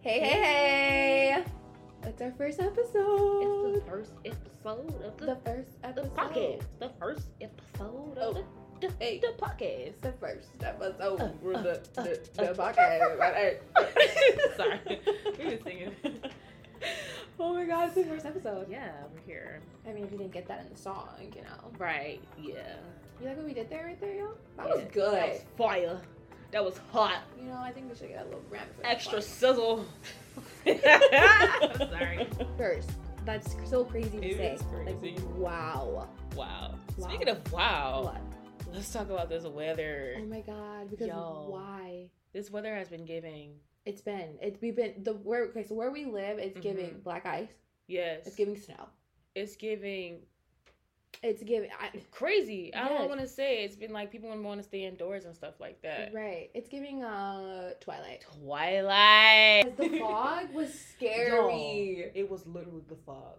Hey, hey, hey! It's our first episode. It's the first episode of the, the first the episode. podcast. The first episode of Oh. the, the, Hey. the podcast. It's the first episode. Uh, We're uh, the, uh, the, the uh. podcast. Right, right. Sorry. We were singing. Oh my god, it's the first episode. Oh, yeah, we're here. I mean, if you didn't get that in the song, you know. Right, yeah. You like what we did there right there, y'all? That Yeah. was good. That was fire. That was hot. You know, I think we should get a little ramp for Extra that. sizzle. I'm sorry. First, that's so crazy to It say. is crazy. Like, wow. Wow. Wow. Speaking of wow, What? let's talk about this weather. Oh my god, because Yo. why? This weather has been giving. It's been it we've been the where okay, so where we Mm-hmm. live it's giving Mhm. black ice, Yes. it's giving snow. it's giving It's giving I, crazy. Yes. I don't want to say it's been like people want to stay indoors and stuff like that. right. It's giving uh twilight. Twilight. 'Cause the fog was scary. It was literally the fog.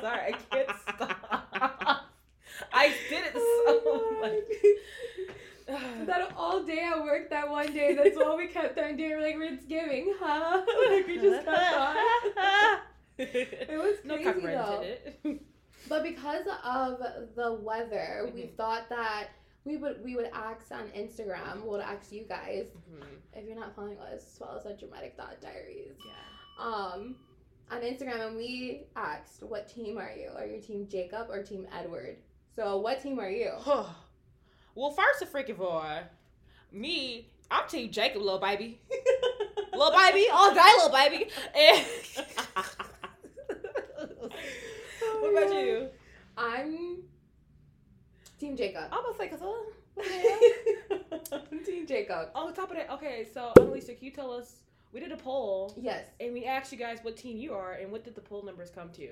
Sorry, I can't stop. I did it so much. much. Oh That all day at work that one day, that's all we kept on doing. We're like, it's giving, huh? Like, we just kept on. It was no crazy, copyright though. intended. Mm-hmm. But because of the weather, we Mm-hmm. Mhm. thought that we would we would ask on Instagram, we'll ask you guys if you're not following us, follow us at Dramatic Thought Diaries. Um, on Instagram, and we asked, "What team are you? Are you team Jacob or team Edward?" So, what team are you? Yeah. well, first of freaking all, me, I'm Team Jacob, little baby, little baby, all day, little baby. And- what about you? I'm team Jacob. I'm gonna say, cause uh, I'm team Jacob. on top of that, okay, so Alicia, can you tell us? We did a poll Yes. and we asked you guys what team you are and what did the poll numbers come to?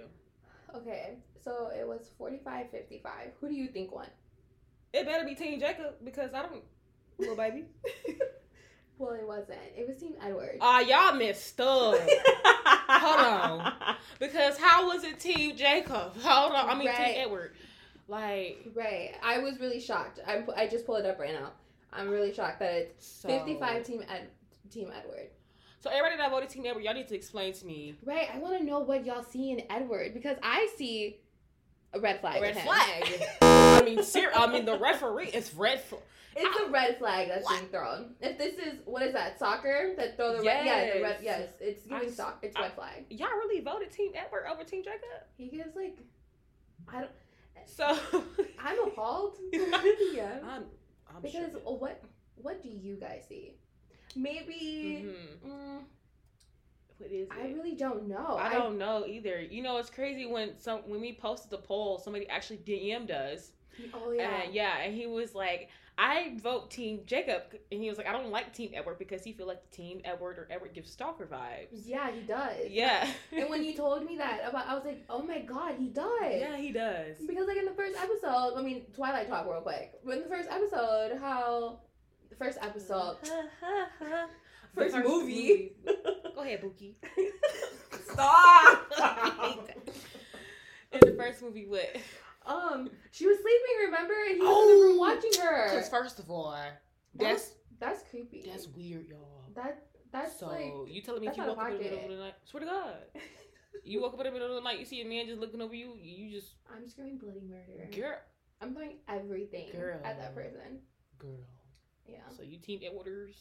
Okay. So it was 45 55. Who do you think won? It better be Team Jacob because I don't, little baby. Well, it wasn't. It was team Edward. Ah, y'all messed up Hold on. because how was it Team Jacob? Hold on, I mean Right. Team Edward. Like Right. I was really shocked. I'm, I just pulled it up right now. I'm really shocked that it's so, 55 team Ed, team Edward. So everybody that voted Team Edward, y'all need to explain to me. Right. I want to know what y'all see in Edward because I see a red flag. A red in him. flag. I mean, ser- I mean the referee is red. Fl- It's a red flag that's What? being thrown. If this is what is that soccer that throw the red? Yeah, the red. Yes. Yes, it's I giving s- soc. It's I- red flag. y'all really voted Team Edward over Team Jacob? He gives like, I don't. So I'm appalled. Um, yeah. I'm, I'm Because sure. what what do you guys see? Maybe. Mhm. mm, What is it? I really don't know. I don't know either. You know, it's crazy when some when we posted the poll, somebody actually DM'd us, Oh yeah. and yeah, and he was like, "I vote Team Jacob," and he was like, "I don't like Team Edward because he feel like Team Edward or Edward gives stalker vibes." Yeah, he does. Yeah, And when you told me that about, I was like, oh my god, he does. yeah, he does. Because like in the first episode, I mean, Twilight talk real quick. But in the first episode, how the first episode, The First movie. Go ahead, Bookie. Stop. In the first movie, what? um, she was sleeping. Remember, and he was in the Oh. room watching her. Because first of all, that's- that's That's creepy. that's weird, y'all. that that's so like you telling me if that's you out of woke up in the middle of pocket. the night? Swear to God, you woke up in the middle of the night, you see a man just looking over you, you just I'm screaming bloody murder. girl, I'm throwing everything Girl. at that person. girl. Yeah. So you team Edwarders,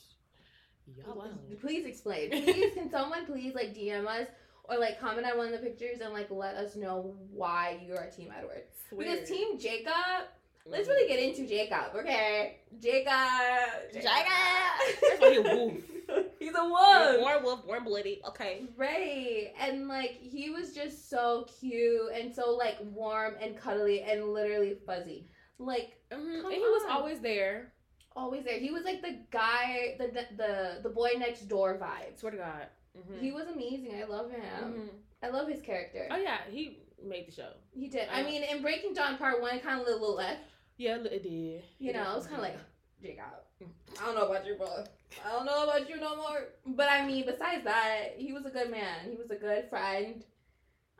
Oh, y'all out. Please explain. Please, can someone please like DM us or like comment on one of the pictures and like let us know why you are Team Edward? Because Team Jacob, let's really get into Jacob, okay? Jacob, Jacob. That's why he a wolf. He's a You're wolf. born wolf, born bloody. Okay. Right, and like he was just so cute and so like warm and cuddly and literally fuzzy, like Mhm, Come And he was on. always there. always there. He was like the guy, the the the, the boy next door vibes. Swear to God. Mhm. He was amazing. I love him. Mhm. I love his character. Oh yeah, he made the show. He did. I I- mean, in Breaking Dawn Part One, kind of little left. Yeah, it did. You You know, it's kind of like Jake out. I don't know about you, bro. I don't know about you no more. But I mean, besides that, he was a good man. He was a good friend.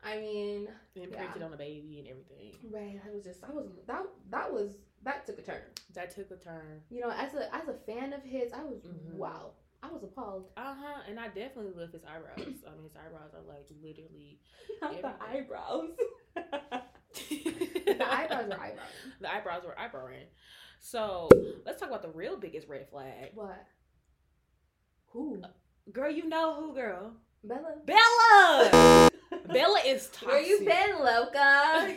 I mean, Imprinted on the baby and everything. right? I was just, I was that that was that took a turn. That took a turn. You know, as a as a fan of his, I was Mhm. wow, I was appalled. Uh huh. And I definitely love his eyebrows. I mean, his eyebrows are like literally. Not the Everything. eyebrows. the the eyebrows were eyebrows. The eyebrows were eyebrowing. So let's talk about the real biggest red flag. What? Who? Girl, you know who, girl? Bella. Bella! Bella is toxic. Where you been, Loca?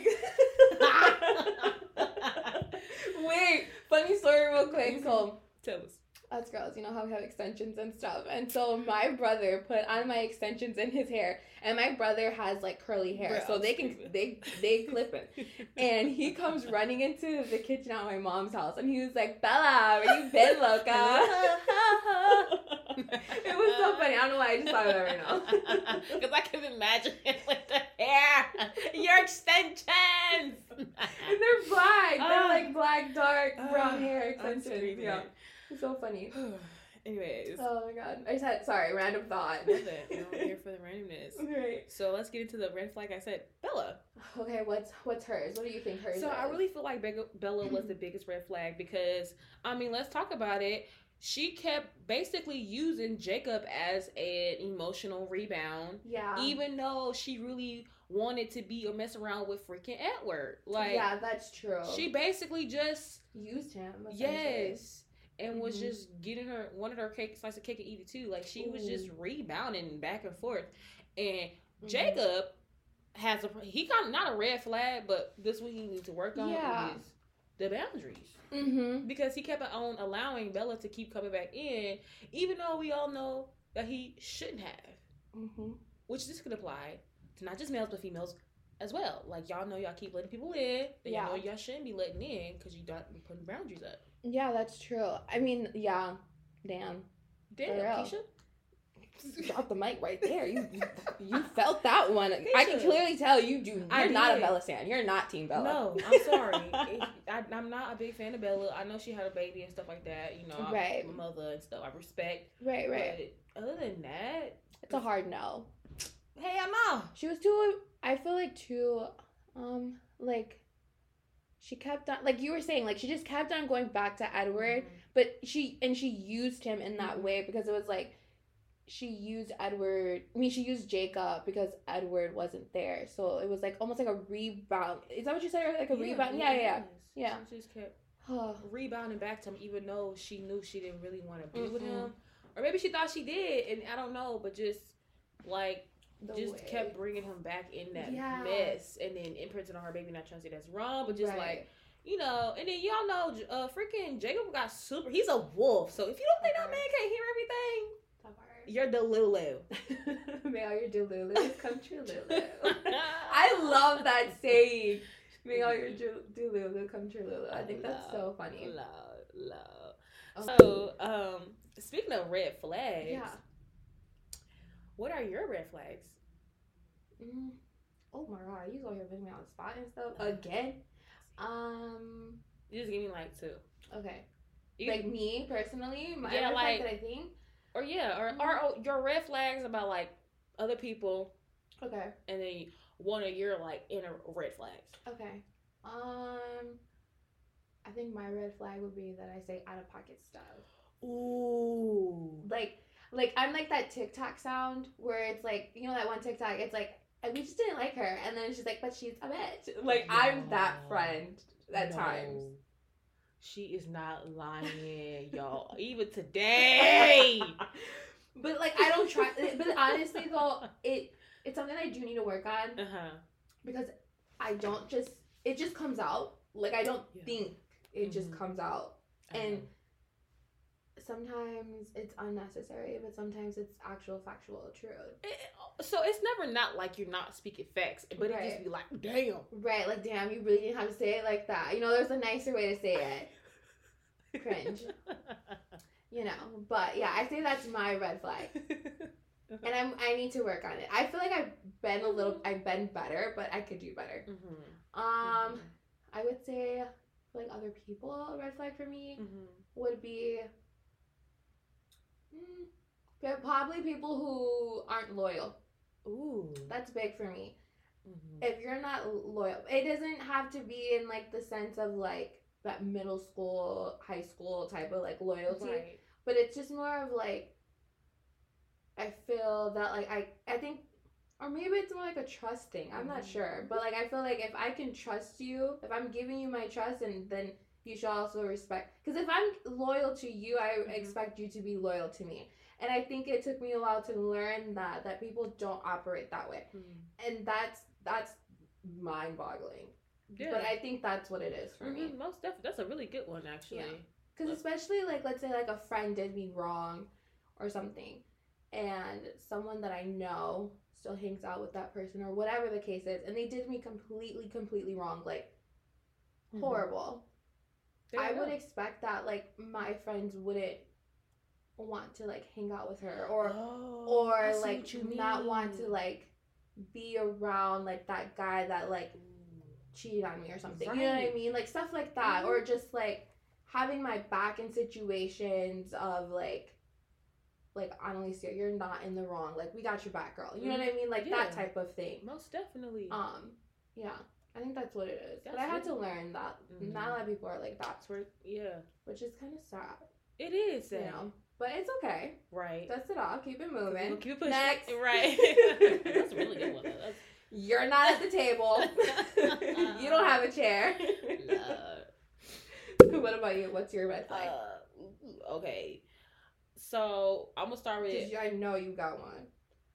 Wait, funny story, real quick. So. Tell us. us girls, you know how we have extensions and stuff. And so my brother put on my extensions in his hair, and my brother has like curly hair, Bruh, so I'm they can screaming. they they clip it. And he comes running into the kitchen at my mom's house, and he was like, "Bella, where you been, loca?" it was so funny. I don't know why I just thought of that right now. Because I can imagine him with the hair. Your extensions. and they're black. Ah. they're like black, dark, brown hair I'm extensions. screaming. Yeah, it's so funny. Anyways. Oh my god, I just had sorry, random thought. Love it. I'm here for the randomness. Right. So let's get into the red flag I said, Bella. Okay, what's what's hers? What do you think hers? So I is? really feel like Be- Bella was the biggest red flag because I mean, let's talk about it. She kept basically using Jacob as an emotional rebound, yeah. even though she really wanted to be or mess around with freaking Edward. Like yeah, that's true. she basically just used him. essentially. yes. And was Mhm. just getting her one of her cake slice of cake and eat it too. Like she was Ooh. just rebounding back and forth. And Mhm. Jacob has a he got not a red flag, but this what he needs to work on Yeah. is the boundaries Mhm. because he kept on allowing Bella to keep coming back in, even though we all know that he shouldn't have. Mhm. Which this could apply to not just males but females as well. Like y'all know y'all keep letting people in that Yeah. y'all know y'all shouldn't be letting in because you don't be putting boundaries up. Yeah, that's true. I mean, yeah. Damn. Damn, real. Keisha. Drop the mic right there. You you, you felt that one. I can Keisha. clearly tell you do. I You're not a did. Bella stan. You're not Team Bella. No, I'm sorry. It- I, I'm not a big fan of Bella. I know she had a baby and stuff like that. You know, I'm Right. a mother and stuff. I respect. Right, right. But other than that, It's a hard no. hell no. She was too. I feel like too. Um, like. She kept on, like you were saying, like she just kept on going back to Edward. but she and she used him in that way because it was like she used Edward. I mean, she used Jacob because Edward wasn't there, so it was like almost like a rebound. Is that what you said? earlier? Mm-hmm. Like a rebound? Yeah, yeah, yeah. Yeah. She just kept Huh. rebounding back to him, even though she knew she didn't really want to be with Mm-mm. him, or maybe she thought she did, and I don't know. But just like The just way. kept bringing him back in that Yeah. mess, and then imprinting on her baby. Not trying to say that's wrong, but just Right. like. You know, and then y'all know, uh, freaking Jacob got super. He's a wolf, so if you don't think Uh-huh. that man can't hear everything, you're the Lulu. May all your delulu come true, Lulu. I love that saying. May all your dru- delulu come true, Lulu. I think that's so funny. Love, love. Oh. So, um, speaking of red flags, yeah. what are your red flags? Mm. Oh my god, you go here putting me on the spot and stuff again. Um. You just give me like two. Okay. You- like me personally, my Yeah, yeah, like- that I think. or yeah, or, mm-hmm. or oh, your red flags about like other people, Okay. and then one of your like inner red flags. Okay. Um, I think my red flag would be that I say out of pocket stuff. Ooh. Like, like I'm like that TikTok sound where it's like you know that one TikTok. It's like "And we just didn't like her, and then she's like, but she's a bitch. Like I'm that No. friend at times. She is not lying, y'all. Even today. But like I don't try. but honestly though, it it's something I do need to work on. Uh huh. because I don't just it just comes out. Like I don't Yeah. think it just Mhm. comes out. And sometimes it's unnecessary, but sometimes it's actual factual truth. so it's never not like you're not speaking facts, but it just Right. be like, damn. Right, like damn, you really didn't have to say it like that. You know, there's a nicer way to say it. Cringe. You know. But yeah, I say that's my red flag. And I'm I need to work on it. I feel like I've been a little I've been better, but I could do better. Um Mm-hmm. I would say like other people a red flag for me. would be mm, yeah, probably people who aren't loyal. Ooh. That's big for me. if you're not loyal, it doesn't have to be in like the sense of like that middle school, high school type of like loyalty, Right. but it's just more of like I feel that like I I think or maybe it's more like a trust thing. I'm not Mhm. sure, but like I feel like if I can trust you, if I'm giving you my trust, and then you should also respect. Because if I'm loyal to you, I Mhm. expect you to be loyal to me. And I think it took me a while to learn that that people don't operate that way and that's that's mind boggling. Yeah. But I think that's what it is for me. Mhm, Most definitely. That's a really good one, actually. Yeah. Because especially like let's say like a friend did me wrong or something, and someone that I know still hangs out with that person or whatever the case is, and they did me completely completely wrong, like Mhm. horrible. There I you would go. expect that like my friends wouldn't want to like hang out with her or Oh, I or see like what you not want mean. to like be around like that guy that like cheated on me or something. You know what I Right. Mm-hmm. mean? Like stuff like that, or just like having my back in situations of like, like Annalisa, you're not in the wrong. Like we got your back, girl. You know what I mean? Like Mm-hmm. Yeah. that type of thing. Most definitely. Um, yeah, I think that's what it is. but I That's had to really- learn that Mhm. not a lot of people are like that, That's where, yeah. which is kind of sad, It is sad. you know. But it's okay. Right. Dust it off. Keep it We'll moving. keep it pushing. Next. Right. That's a really good one. though. That's, You're not at the table. you don't have a chair. Lord. what about you? What's your red flag? Uh, ooh, okay. So I'm gonna start Because with I know you got one.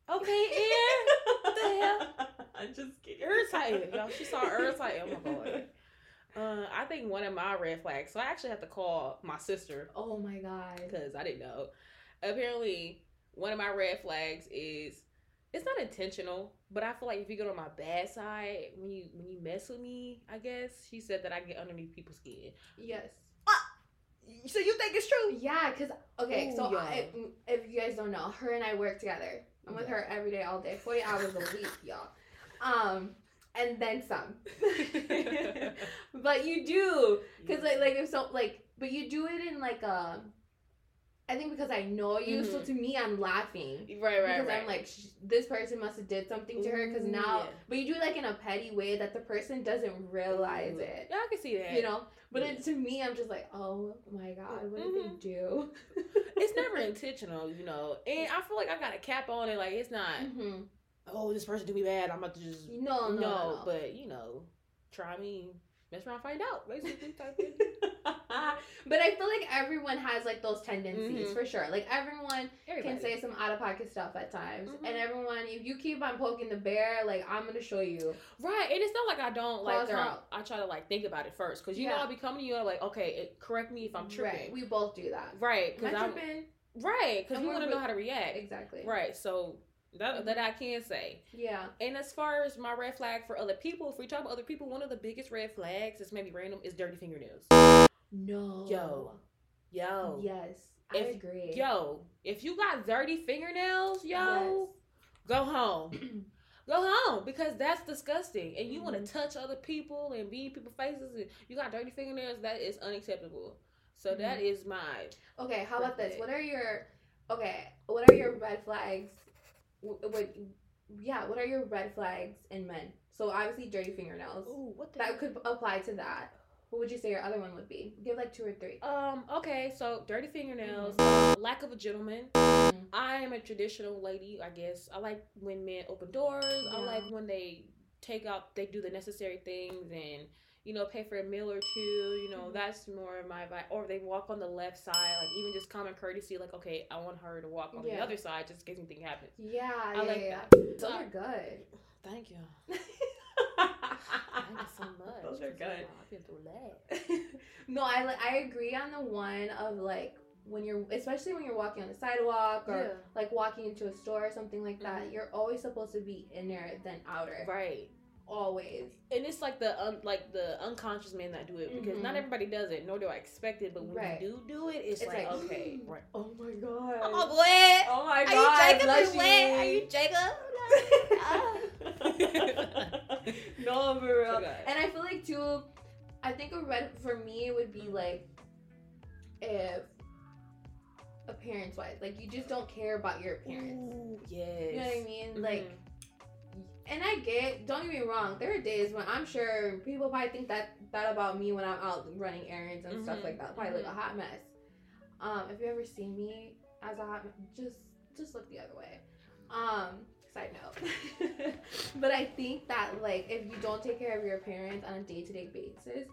okay, and what the hell? I'm just kidding. irritated. Y'all, she saw irritated. Oh my god. Uh, I think one of my red flags. So I actually have to call my sister Oh my god. because I didn't know. Apparently, one of my red flags is it's not intentional, but I feel like if you get on my bad side when you when you mess with me, I guess she said that I get underneath people's skin. Yes. So you think it's true? Yeah, because, okay, so Ooh, yeah. I, if you guys don't know, her and I work together. I'm with her every day, all day, 40 hours a week, y'all. Um, and then some. but you do. Because, like, like, if so, like, but you do it in, like, a. I think because I know you, so Mhm. to me, I'm laughing. right, right, because right. I'm like, Sh- this person must have did something to her. Because now, Ooh, yeah. but you do it like in a petty way that the person doesn't realize it. yeah, I can see that. you know but Yeah. it, to me i'm just like oh my god what did Mhm. they do it's never intentional, you know. And I feel like I got a cap on it. Like it's not. Mhm. Oh, this person do me bad. I'm about to just no no no, no. But you know, try me, mess around, find out. Basically, type thing. but i feel like everyone has like those tendencies Mhm. for sure like everyone Everybody. can say some out of pocket stuff at times Mhm. and everyone if you keep on poking the bear like i'm gonna show you right, and it's not like I don't like. Cross Girl, out. I try to like think about it first because you know Yeah. I'll be coming to you. I'm like, okay, it, correct me if I'm right tripping. we both do that Right, Am because I I'm tripping? right because And we we're want to re- know how to react. exactly Right, so that Mhm. that I can say. yeah And as far as my red flag for other people, if we talk about other people, one of the biggest red flags is maybe random is dirty fingernails. no Yo. Yo. yes i Oh. If- agree Yo, if you got dirty fingernails, yo, Yes. go home. go home because that's disgusting. And you want Mhm. to touch other people and be in people's faces and you got dirty fingernails, that is unacceptable. So Mm-hmm. that is my Okay, how about red this? flag. What are your okay? What are your red flags? What, what? Yeah, what are your red flags in men? So obviously dirty fingernails. Ooh, what the That could apply to that. What would you say your other one would be? Give like two or three. um, okay, so dirty fingernails, Mm-hmm. lack of a gentleman. Mhm. I am a traditional lady, I guess. I like when men open doors. Yeah. I like when they take out, they do the necessary things and, you know, pay for a meal or two. You know, Mhm. that's more of my vibe. Or they walk on the left side, like even just common courtesy, like, okay, I want her to walk on the Yeah. other side just in case anything happens. Yeah, I yeah, like yeah. that. Those So- are good. Thank you. Thank you so much. Those are 'cause, good. wow, I've been through that. no, I li- I agree on the one of like when you're especially when you're walking on the sidewalk or like walking into a store or something like that. Mhm. You're always supposed to be inner than outer. Right. Always. and it's like the un, like the unconscious men that do it because not Mhm. everybody does it, nor do I expect it. But when Right. you do do it, it's, It's like, like, okay, "Ooh, right. Oh my god. Oh boy, Oh my are you Jacob bless or what? Are you Jacob? no, for real. Forgot. And I feel like too. I think a red for me would be like if appearance wise, like you just don't care about your appearance. Ooh, yes. You know what I mean? Like And I get, don't get me wrong, there are days when I'm sure people probably think that that about me when I'm out running errands and stuff Mhm, like that. Probably like a hot mess. Um, if you ever see me as a hot mess, just just look the other way. Um, side note. but I think that like if you don't take care of your appearance on a day to day basis,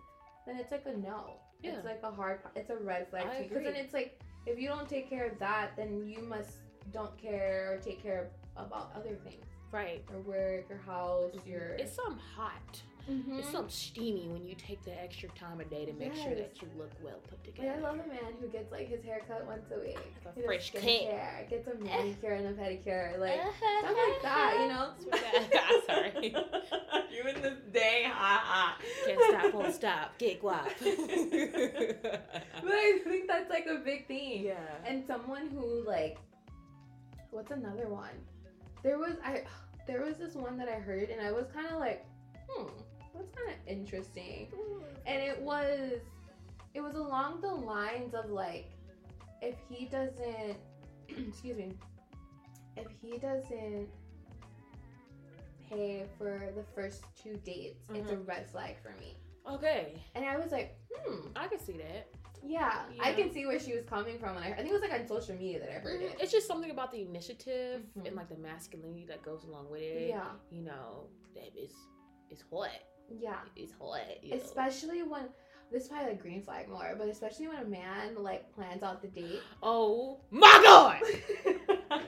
then it's like a no. Yeah. It's like a hard it's a red flag I to because then agree. it's like if you don't take care of that, then you must don't care or take care about other things Right. your work, your house, your. Mm-hmm. It's something hot. Mhm. It's something steamy when you take the extra time a day to make sure Yes. that you look well put Like, together. I love a man who gets like his haircut once a week. Like a He does fresh cut. Eh. skincare, Gets a manicure and a pedicure, like stuff like that. You know. I'm sorry. you in this day, ha ha. Can't stop, won't stop. Get guap. But I think that's like a big thing. yeah. And someone who like, what's another one? There was I, there was this one that I heard and I was kind of like, hmm, that's kind of interesting. and it was it was along the lines of like if he doesn't excuse me if he doesn't pay for the first two dates it's a red flag for me Okay, and i was like hmm I can see that. yeah, i Yeah. Mm, can see where she was coming from and I, I think it was like on social media that i heard it It's just something about the initiative Mhm. and like the masculinity that goes along with it. yeah You know, that is it's hot. yeah It's hot. You know. especially when this is probably a green flag more but especially when a man like plans out the date Oh my god!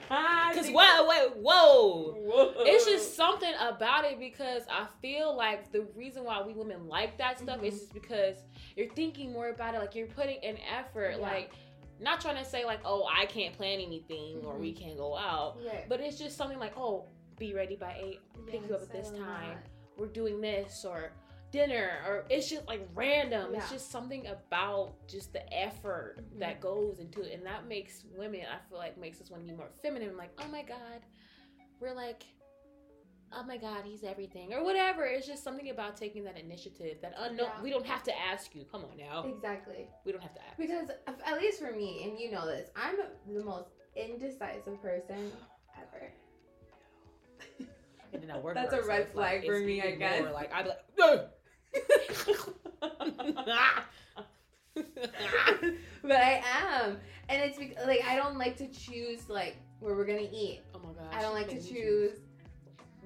Cause Because whoa, wait, whoa! Whoa. It's just something about it because I feel like the reason why we women like that stuff Mhm. is just because you're thinking more about it, like you're putting in effort, Yeah. like not trying to say like, oh, I can't plan anything or we can't go out, right but it's just something like, oh, be ready by eight. pick you up at this I love time. that. We're doing this or dinner or it's just like random. It's Yeah. just something about just the effort Mhm. that goes into it, and that makes women. I feel like makes us want to be more feminine. Like, oh my god, we're like. Oh my God, he's everything, or whatever. It's just something about taking that initiative. That unknown, Yeah. we don't have to ask you. Come on now, Exactly. we don't have to ask. Because f- at least for me, and you know this, I'm the most indecisive person ever. And then I work. That's for a us, so red it's like, flag for it's me, I even guess. more Like I'd be like. but I am, and it's because, like I don't like to choose like where we're gonna eat. Oh my gosh. I don't like to choose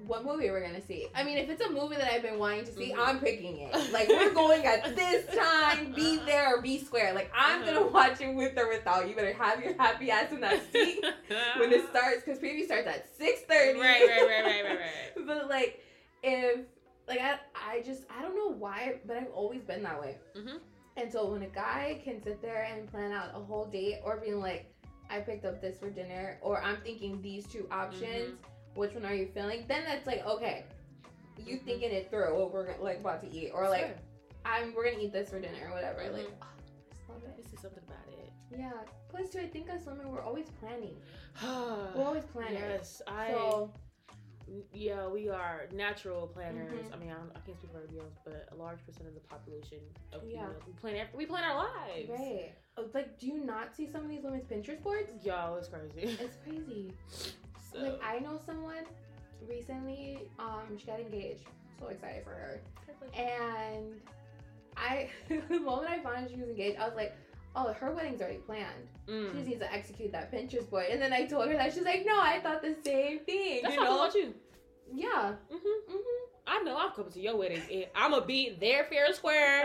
what movie we're gonna see. I mean, if it's a movie that I've been wanting to see, Mhm. I'm picking it. Like we're going at this time, be there or be square. Like I'm gonna Uh-huh. watch it with or without. You better have your happy ass in that seat when it starts, because preview starts at six Right, thirty. right, right, right, right, right. but like if like I, I just i don't know why but i've always been that way Mhm. and so when a guy can sit there and plan out a whole date or being like i picked up this for dinner or i'm thinking these two options Mm-hmm. which one are you feeling then that's like okay you Mhm. thinking it through what we're gonna- like about to eat or like i'm we're gonna eat this for dinner or whatever like oh, I just love it. this is something about it. yeah plus too i think as women we're always planning we're well, always planners yes, I. so Yeah, we are natural planners. Mhm. I mean, I, don't, I can't speak for everybody else, but a large percent of the population of Yeah. females, we plan ev- we plan our lives. right Oh, like do you not see some of these women's pinterest boards Y'all, it's crazy. It's crazy. so, Like I know someone recently, um, she got engaged. So excited for her. And I the moment I found out she was engaged, I was like, Oh, her wedding's already planned. She Mm. just needs to execute that Pinterest board. And then I told her that she's like, No, I thought the same thing. That's you how I feel know? about you. Yeah. hmm Mm-hmm. I know I'm coming to your wedding. And I'm gonna be there, fair and square.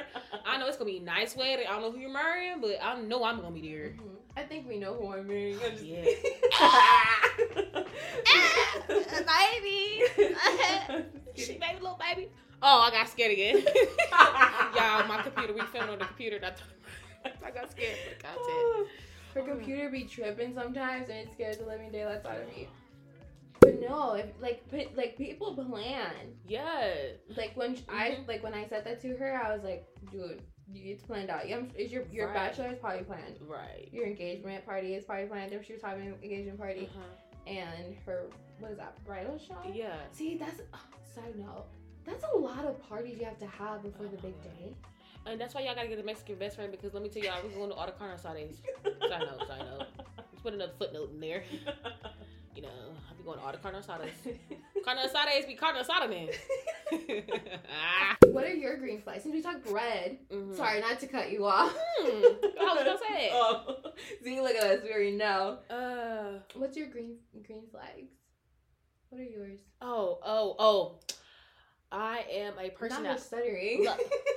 I know it's gonna be a nice wedding. I don't know who you're marrying, but I know I'm gonna be there. Mm-hmm. I think we know who I'm marrying. I'm just- Yeah. baby. She baby, little baby. Oh, I got scared again. Y'all, my computer. We filmed on the computer. And I, I got Oh. scared for the content. Her computer be tripping sometimes, and it scares the living daylights out of me. But no, if, like but, like people plan. Yeah. Like when sh- I Mhm. like when I said that to her, I was like, dude, you- it's planned out. Yeah, is your your Right. bachelor is probably planned. Right. Your engagement party is probably planned. If she was having an engagement party, Uh-huh. and her what is that bridal shower? Yeah. See, that's ugh, side note. That's a lot of parties you have to have before the big day. And that's why y'all gotta get a Mexican best friend because let me tell y'all, we're going to all the carnasadas. Side note, side note. Just put another footnote in there. You know, I'll be going to all the carnasadas. Carne asada is be Ah. carne asada then. What are your green flags? Since we talk bread, Mhm. sorry not to cut you off. Hmm. I was gonna say. it. Oh, see, look at us. We already know. Uh, What's your green green flags? What are yours? oh, oh, oh. I am a Not person much that stuttering. Look.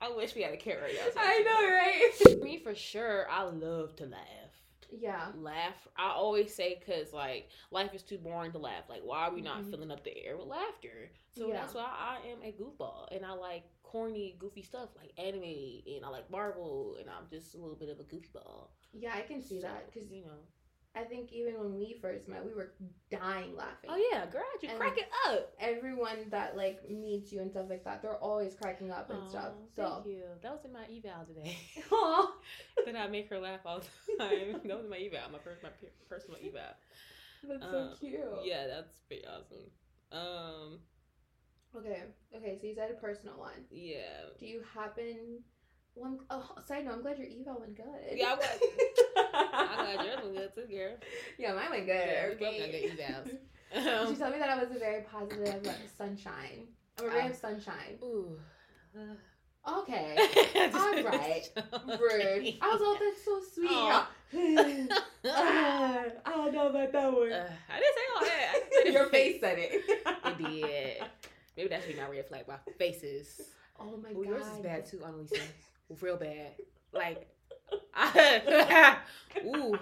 I wish we had a camera. I know, right? know. Me for sure. I love to laugh. Yeah. Uh. Laugh. I always say because like life is too boring to laugh. Like why are we not Mhm. filling up the air with laughter? So Yeah. that's why I am a goofball and I like corny, goofy stuff like anime and I like Marvel and I'm just a little bit of a goofball. Yeah, I can see So, that because you know. I think even when we first met, we were dying laughing. Oh yeah, girl, you And- crack it up. Everyone that like meets you and stuff like that, they're always cracking up and stuff. Aw, So, Thank you. That was in my eval today. Aw. then I make her laugh all the time. that was my eval, my, per- my per- personal eval. that's Uh, so cute. Yeah, that's pretty awesome. Um, Okay. Okay. So you said a personal one. yeah. Do you happen? One. Oh, side note. I'm glad your eval went good. Yeah, I got, I got yours was good too, girl. yeah, mine went good. Yeah, we both got okay. good evals. Um, she told me that I was a very positive like, sunshine. I'm a ray Oh. of sunshine. ooh. Okay. All Alright. Rude. I was all that's so sweet. y'all." Ah, I don't know about that Uh, word. I didn't say all that. I just said it- Your face said it. It did. Maybe that should be my red flag. My faces. Oh my Ooh, god. yours is bad too, Annalisa. Real bad. Like, I, ooh,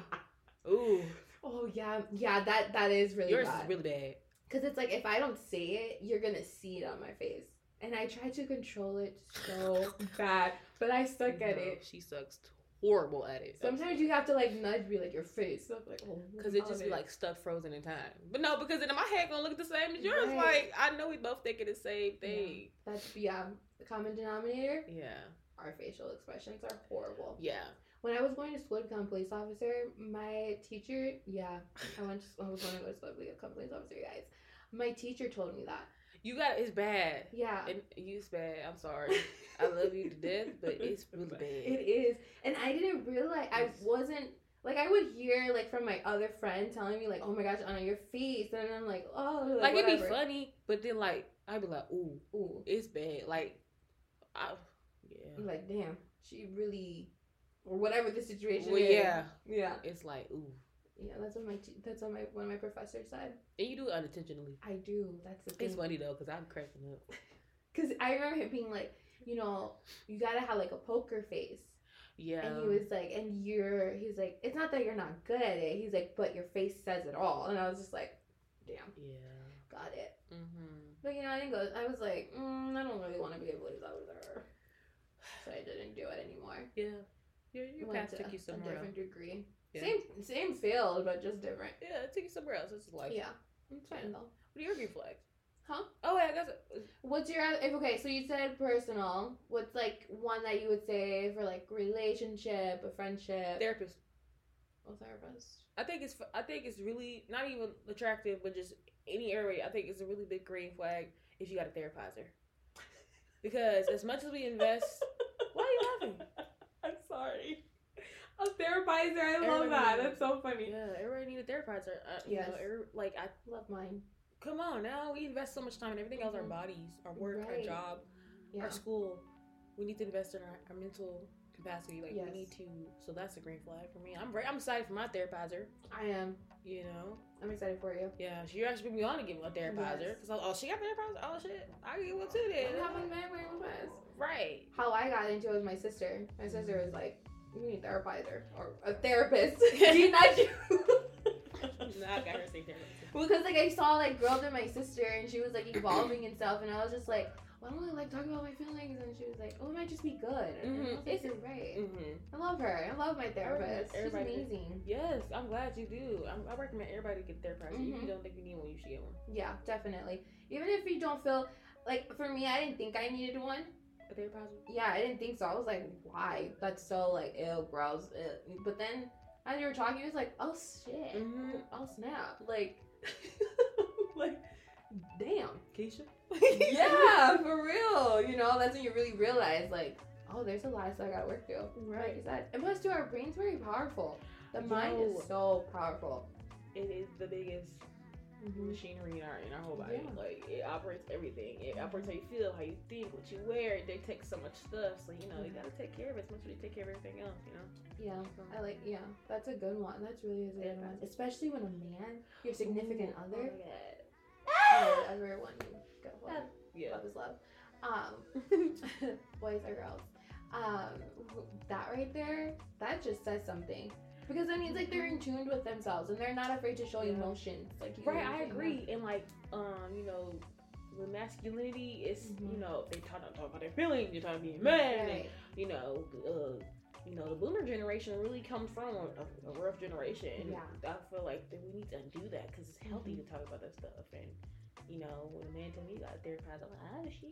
ooh. Oh yeah, yeah. That that is really yours bad. is really bad. Cause it's like if I don't say it, you're gonna see it on my face. And I tried to control it so bad, but I suck at No, it. She sucks horrible at it. Sometimes you have to like nudge me like your face. So I'm like, oh, Cause it love just be like stuff frozen in time, but no, because then my head gonna look the same as yours. Right. Like I know we both thinking the same thing. that's yeah. The common denominator: Yeah, our facial expressions are horrible. yeah. When I was going to school to become a police officer, my teacher, yeah, I went. To, school- I was going to go to school to become a police officer, you guys. My teacher told me that. You got it's bad. Yeah. And you it's bad. I'm sorry. I love you to death, but it's really bad. It is. And I didn't realize I Yes. wasn't like I would hear like from my other friend telling me like, "Oh my gosh, on your face," and I'm like, "Oh, Like it'd be whatever. funny, but then like I'd be like, ooh, Ooh, it's bad. Like, I, yeah. I'm like, damn, she really, or whatever the situation Well, is. yeah. yeah, It's like ooh, yeah. That's what my t- that's what my one of my professors said. and you do it unintentionally. I do. That's the It's thing. funny though, cause I'm cracking up. Because I remember him being like, you know, you gotta have like a poker face. Yeah. And he was like, and you're, he's like, it's not that you're not good at it. He's like, but your face says it all. And I was just like, damn, yeah. got it. Mm-hmm. But you know, I didn't go. I was like, mm, I don't really want to be a police officer, so I didn't do it anymore. Yeah. Your, your Went path to took you a somewhere else. different degree. Yeah. Same same field, but just different. Yeah, it took you somewhere else. It's like, yeah, it's fine. fine though. What are your green flags? Huh? Oh, yeah, I guess. What's your oth- if okay? So you said personal. What's like one that you would say for like relationship, a friendship? Therapist. oh, therapist. I think it's I think it's really not even attractive, but just any area. I think it's a really big green flag if you got a therapizer. Because as much as we invest, why are you laughing? I'm sorry. A therapizer, I Everybody love that. needs- That's so funny. Yeah, everybody need a therapizer. Uh, you know, Yes. every, like I Love mine. come on now, we invest so much time in everything else: our Mhm. bodies, our work, our Right. job, Yeah. our school. We need to invest in our, our mental capacity. Like Yes. we need to. So that's a green flag for me. I'm very, I'm excited for my therapizer. I am. You know, I'm excited for you. yeah, she actually put me on to get one therapizer. Yes. Cause I was, oh, she got therapizer. Oh shit, I can get one too I'm then. having a man wearing fast. Right. how I got into it was my sister. My sister was like, "You need a therapizer or a therapist." not you. no, I got her say therapist. because like I saw like growth in my sister, and she was like evolving and stuff, and I was just like, "Why don't I like talk about my feelings?" And she was like, "Oh, it might just be good." And I was like, Mhm. "You're right." Mm-hmm. I love her. I love my therapist. She's Everybody- amazing. Yes, I'm glad you do. I'm, I recommend everybody get a therapizer. If Mhm. you don't think you need one, you should get one. Yeah, definitely. Even if you don't feel like for me, I didn't think I needed one. A therapizer. Yeah, I didn't think so. I was like, "Why?" That's so like ill, gross. Ew. But then as you were talking, it was like, "Oh shit." Mm-hmm. Oh snap! Like, like, damn. Keisha. Yeah, for real. You know, that's when you really realize, like, oh, there's a lot still I gotta work through. Like Right. you said, and plus, too, our brain's very powerful. The mind Yo. is so powerful. it is the biggest Mhm. machinery in our in our whole body. Yeah. Like it operates everything. It operates how you feel, how you think, what you wear. They take so much stuff, so you know Mm-hmm. you gotta take care of it as much as you take care of everything else. You know. Yeah, I like. Yeah, that's a good one. That's really is a Yeah, good one, that's- especially when a man, your significant Ooh, other, oh, or whatever one you go for. That- Yeah. Love is love. Um, boys or girls. Um, that right there, that just says something. Because that means like they're in tune with themselves and they're not afraid to show Yeah. emotions. Like you were Right, I saying. agree. And like, um, you know, with masculinity, it's you Mhm. know they talk not talk about their feelings. You're talking being man. And, Right. you know, uh, you know, the boomer generation really comes from a, a rough generation. And Yeah. I feel like that we need to undo that because it's healthy to talk about that stuff. And you know, when a man told me you got a therapist, I'm like, ah, she,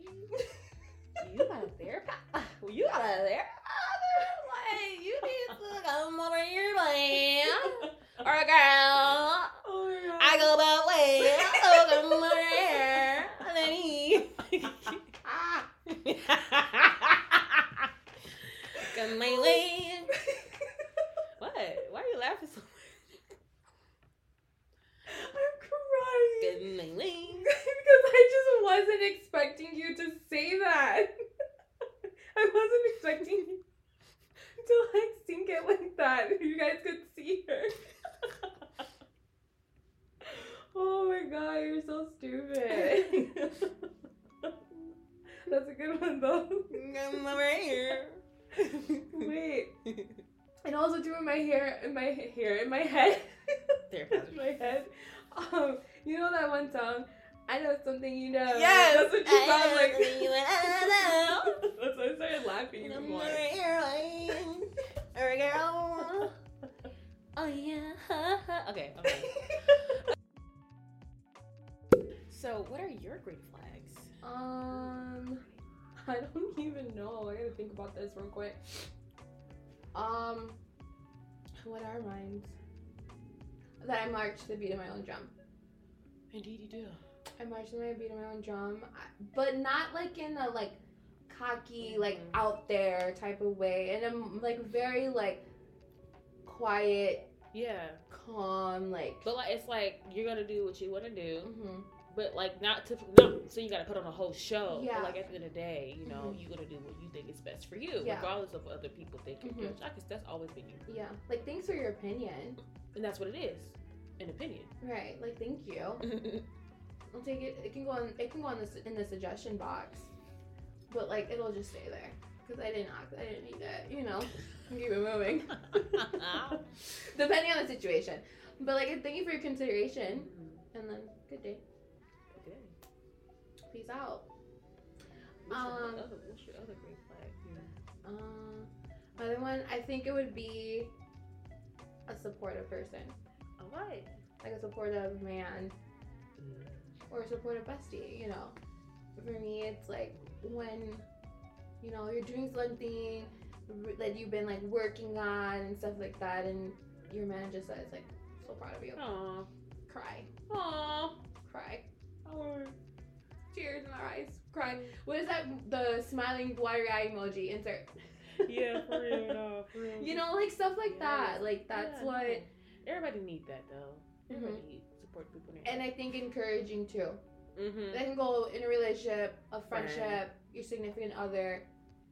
you got a therapist, well, you got a therapist. Like you need to come over here, man, or girl. Oh my god. I go that way. I go over there. And then he. Ah. Come my way. What? Why are you laughing so I'm crying. Come my way. because I just wasn't expecting you to say that. I wasn't expecting you to like sink it like that. You guys could see her. oh my god, you're so stupid. That's a good one though. Come over here. Wait. And also doing my hair in my hair in my head. There. in my head. Um, you know that one song? I know something you know. Yes, That's what I you sound like. know That's something you know. why I started laughing even Come more. over here. man. Or girl. Oh yeah. Okay. Okay. So, what are your green flags? um I don't even know. I gotta think about this real quick. Um, what are mine? That I march to the beat of my own drum. Indeed, you do. I march to my beat of my own drum, I- but not like in a like cocky, like Mhm. out there type of way. In a m- like very like quiet, Yeah, calm, like. but like it's like you're gonna do what you want to do, Mhm. but like not to not so you gotta put on a whole show. Yeah. Mm-hmm. But like at the end of the day, you know, you're gonna do what you think is best for you, Yeah. regardless of what other people think you're doing. Mhm. I guess that's always been you, Yeah, like thanks for your opinion. and that's what it is, an opinion. Right, like thank you. I'll take it. It can go on. It can go on this in the suggestion box, but like it'll just stay there because I didn't act. I didn't need it. You know, keep it moving. Depending on the situation, but like thank you for your consideration, and then good day. Okay. Peace out. What's, Um, your other, what's your other green flag? Um, other one, I think it would be a supportive person, All right. like a supportive man Mm. or a supportive bestie. You know, for me, it's like when you know you're doing something r- that you've been like working on and stuff like that, and your man just says like, "So proud of you." Aww. Cry, Aww. cry, tears in our eyes, cry. What is that? The smiling watery eye emoji insert. Yeah, for real, no, for real. You know, like stuff like Yes. that. Like that's Yeah, what. Mm-hmm. no. everybody need that though. Everybody need support people. and I think encouraging too. mm-hmm. That can go in a relationship, a Friend. friendship, your significant other,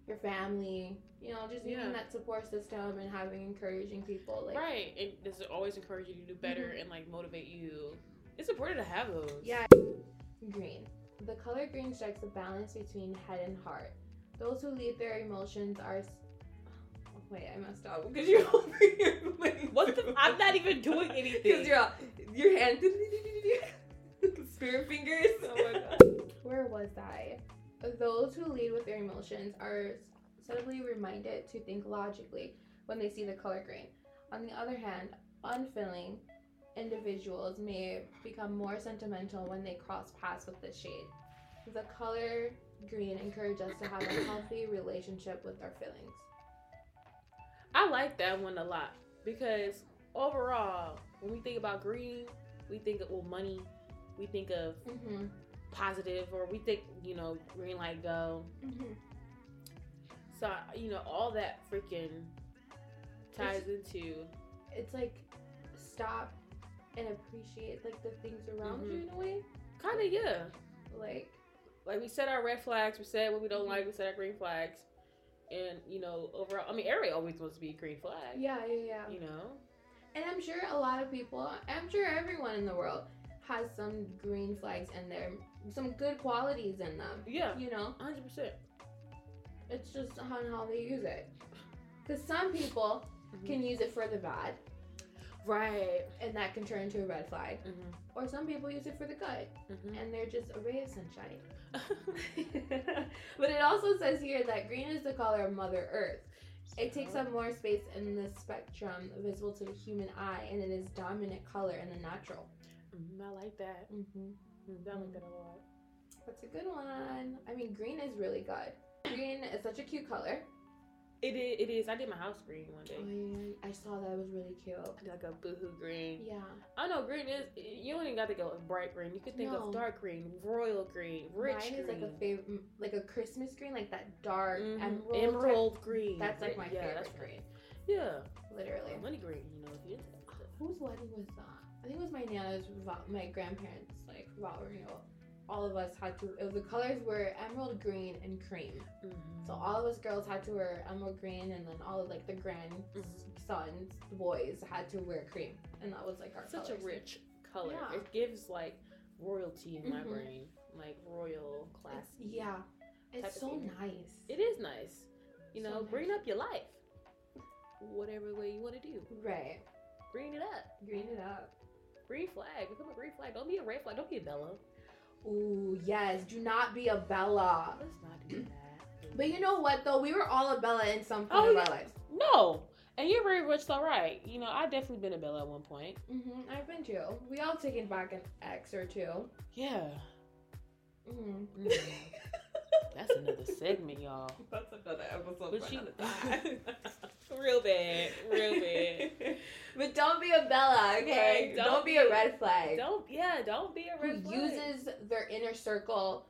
your family. You know, just Yeah. needing that support system and having encouraging people. Like, Mm-hmm. right, and this will always encourage you to do better and like motivate you. It's important to have those. yeah. Green. The color green strikes a balance between head and heart. Those who lead their emotions are. s- Oh, wait, I messed up. Because you're over here. What the? I'm not even doing Because anything. you're all, your hand. Spirit fingers. Oh my God. Where was I? Those who lead with their emotions are subtly reminded to think logically when they see the color green. On the other hand, unfeeling individuals may become more sentimental when they cross paths with the shade. The color green encourages us to have a healthy relationship with our feelings. I like that one a lot because overall, when we think about green, we think of well, money. We think of Mm-hmm. positive, or we think you know green light go. Mm-hmm. So you know all that freaking ties into It's like stop and appreciate like the things around Mhm. you in a way. Kind of, yeah. Like Like we set our red flags, we said what we Mm-hmm. don't like, we set our green flags, and you know, overall, I mean, everybody always wants to be a green flag. yeah, yeah, yeah. You know. And I'm sure a lot of people, I'm sure everyone in the world has some green flags in there, some good qualities in them. Yeah. You know, Hundred percent. it's just on how they use it. Because some people can use it for the bad, Right. and that can turn into a red flag. Mm-hmm. Or some people use it for the good, and they're just a ray of sunshine. but it also says here that green is the color of Mother Earth. It takes up more space in the spectrum visible to the human eye, and it is dominant color in the natural. Mm, I like that. Mm-hmm. Mm, I like that a lot. That's a good one. I mean, green is really good. Green is such a cute color. It is. It is. I did my house green one Oh, day. I saw that it was really cute. I did like a boohoo green. Yeah. I know green is. You don't even got to go with bright green. You could think No. of dark green, royal green, rich Mine green, is like a favorite, like a Christmas green, like that dark Mhm. emerald. type- emerald green. That's like my yeah, that's favorite right. green, Yeah, literally. Or money green. You know, if you're into that stuff. Whose wedding was that? I think it was my nana's, vo- my grandparents' like vow renewal. All of us had to. It was, the colors were emerald green and cream. Mm-hmm. So all of us girls had to wear emerald green, and then all of like the grandsons, Mm-hmm. the boys had to wear cream, and that was like our Such colors. a rich color. Yeah. It gives like royalty in my Mhm. brain, like royal class. It's- yeah, type it's of so thing. nice. It is nice. You So know, nice. green up your life. Whatever way you want to do, Right, green it up. green it up. Green flag. Become a green flag. Don't be a red flag. Don't be a Bella. Ooh, yes. Do not be a Bella. Let's not do that. Uh, But you know what though, we were all a Bella in some point Oh, of yeah. our lives. No. And you're very much so right. You know, I definitely been a Bella at one point. hmm I've been too. We all taken back an X or two. Yeah. Mm-hmm. Mm. That's another segment, y'all. That's another episode. But for she- another time. Real bad. Real bad. But don't be a Bella, okay? Right, don't, don't be, be- a red flag. Don't yeah, don't be a red who flag. uses their inner circle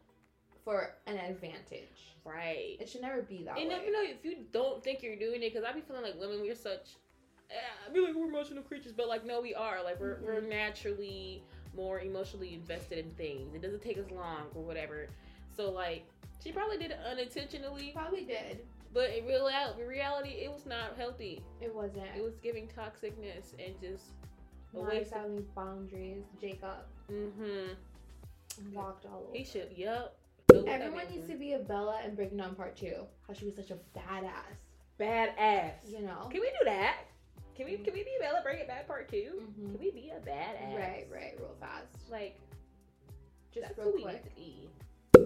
for an advantage. right. It should never be that And way. if you know if you don't think you're doing it, because I be feeling like women, we're such. eh, I feel like we're emotional creatures, but like no, we are. Like we're we're Mm-hmm. naturally more emotionally invested in things. It doesn't take us long or whatever. So like she probably did it unintentionally, probably did. but in real out in reality, it was not healthy. It wasn't. It was giving toxicness and just a Not waste. having boundaries. Jacob Mm-hmm. walked all over. He should. Yep. Everyone needs to be a Bella and Breaking Down Part Two. How she was such a badass. badass. You know. Oh. Can we do that? Can we can we be Bella Bring It Back Part Two? Mhm. Can we be a badass? Right, right, real fast. Like Just that's real who we quick. need to be.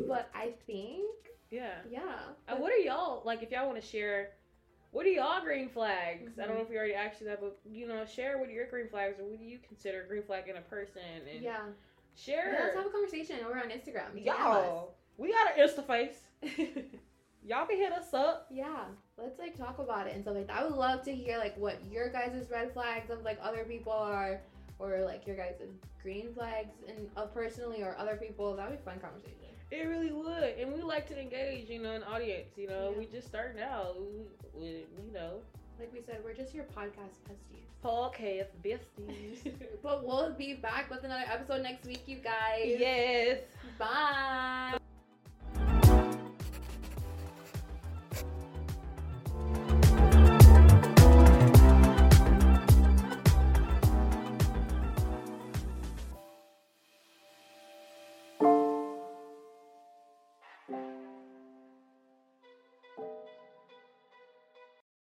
But I think, Yeah. yeah. And Uh, what are y'all like? If y'all want to share, what are y'all green flags? I Mm-hmm. don't know if you already asked you that, but you know, share what are your green flags or what do you consider a green flag in a person? And yeah. share. Let's have a conversation. We're on Instagram. DM us. y'all, we got an Insta face. y'all can hit us up. Yeah, let's like talk about it and stuff like that. I would love to hear like what your guys' red flags of like other people are, or like your guys' green flags and uh, personally or other people. That would be a fun conversation. It really would, and we like to engage, you know, an audience. You know, Yeah. we just starting out. We, we, you know, Like we said, we're just your podcast besties. podcast besties. but we'll be back with another episode next week, you guys. yes. Bye.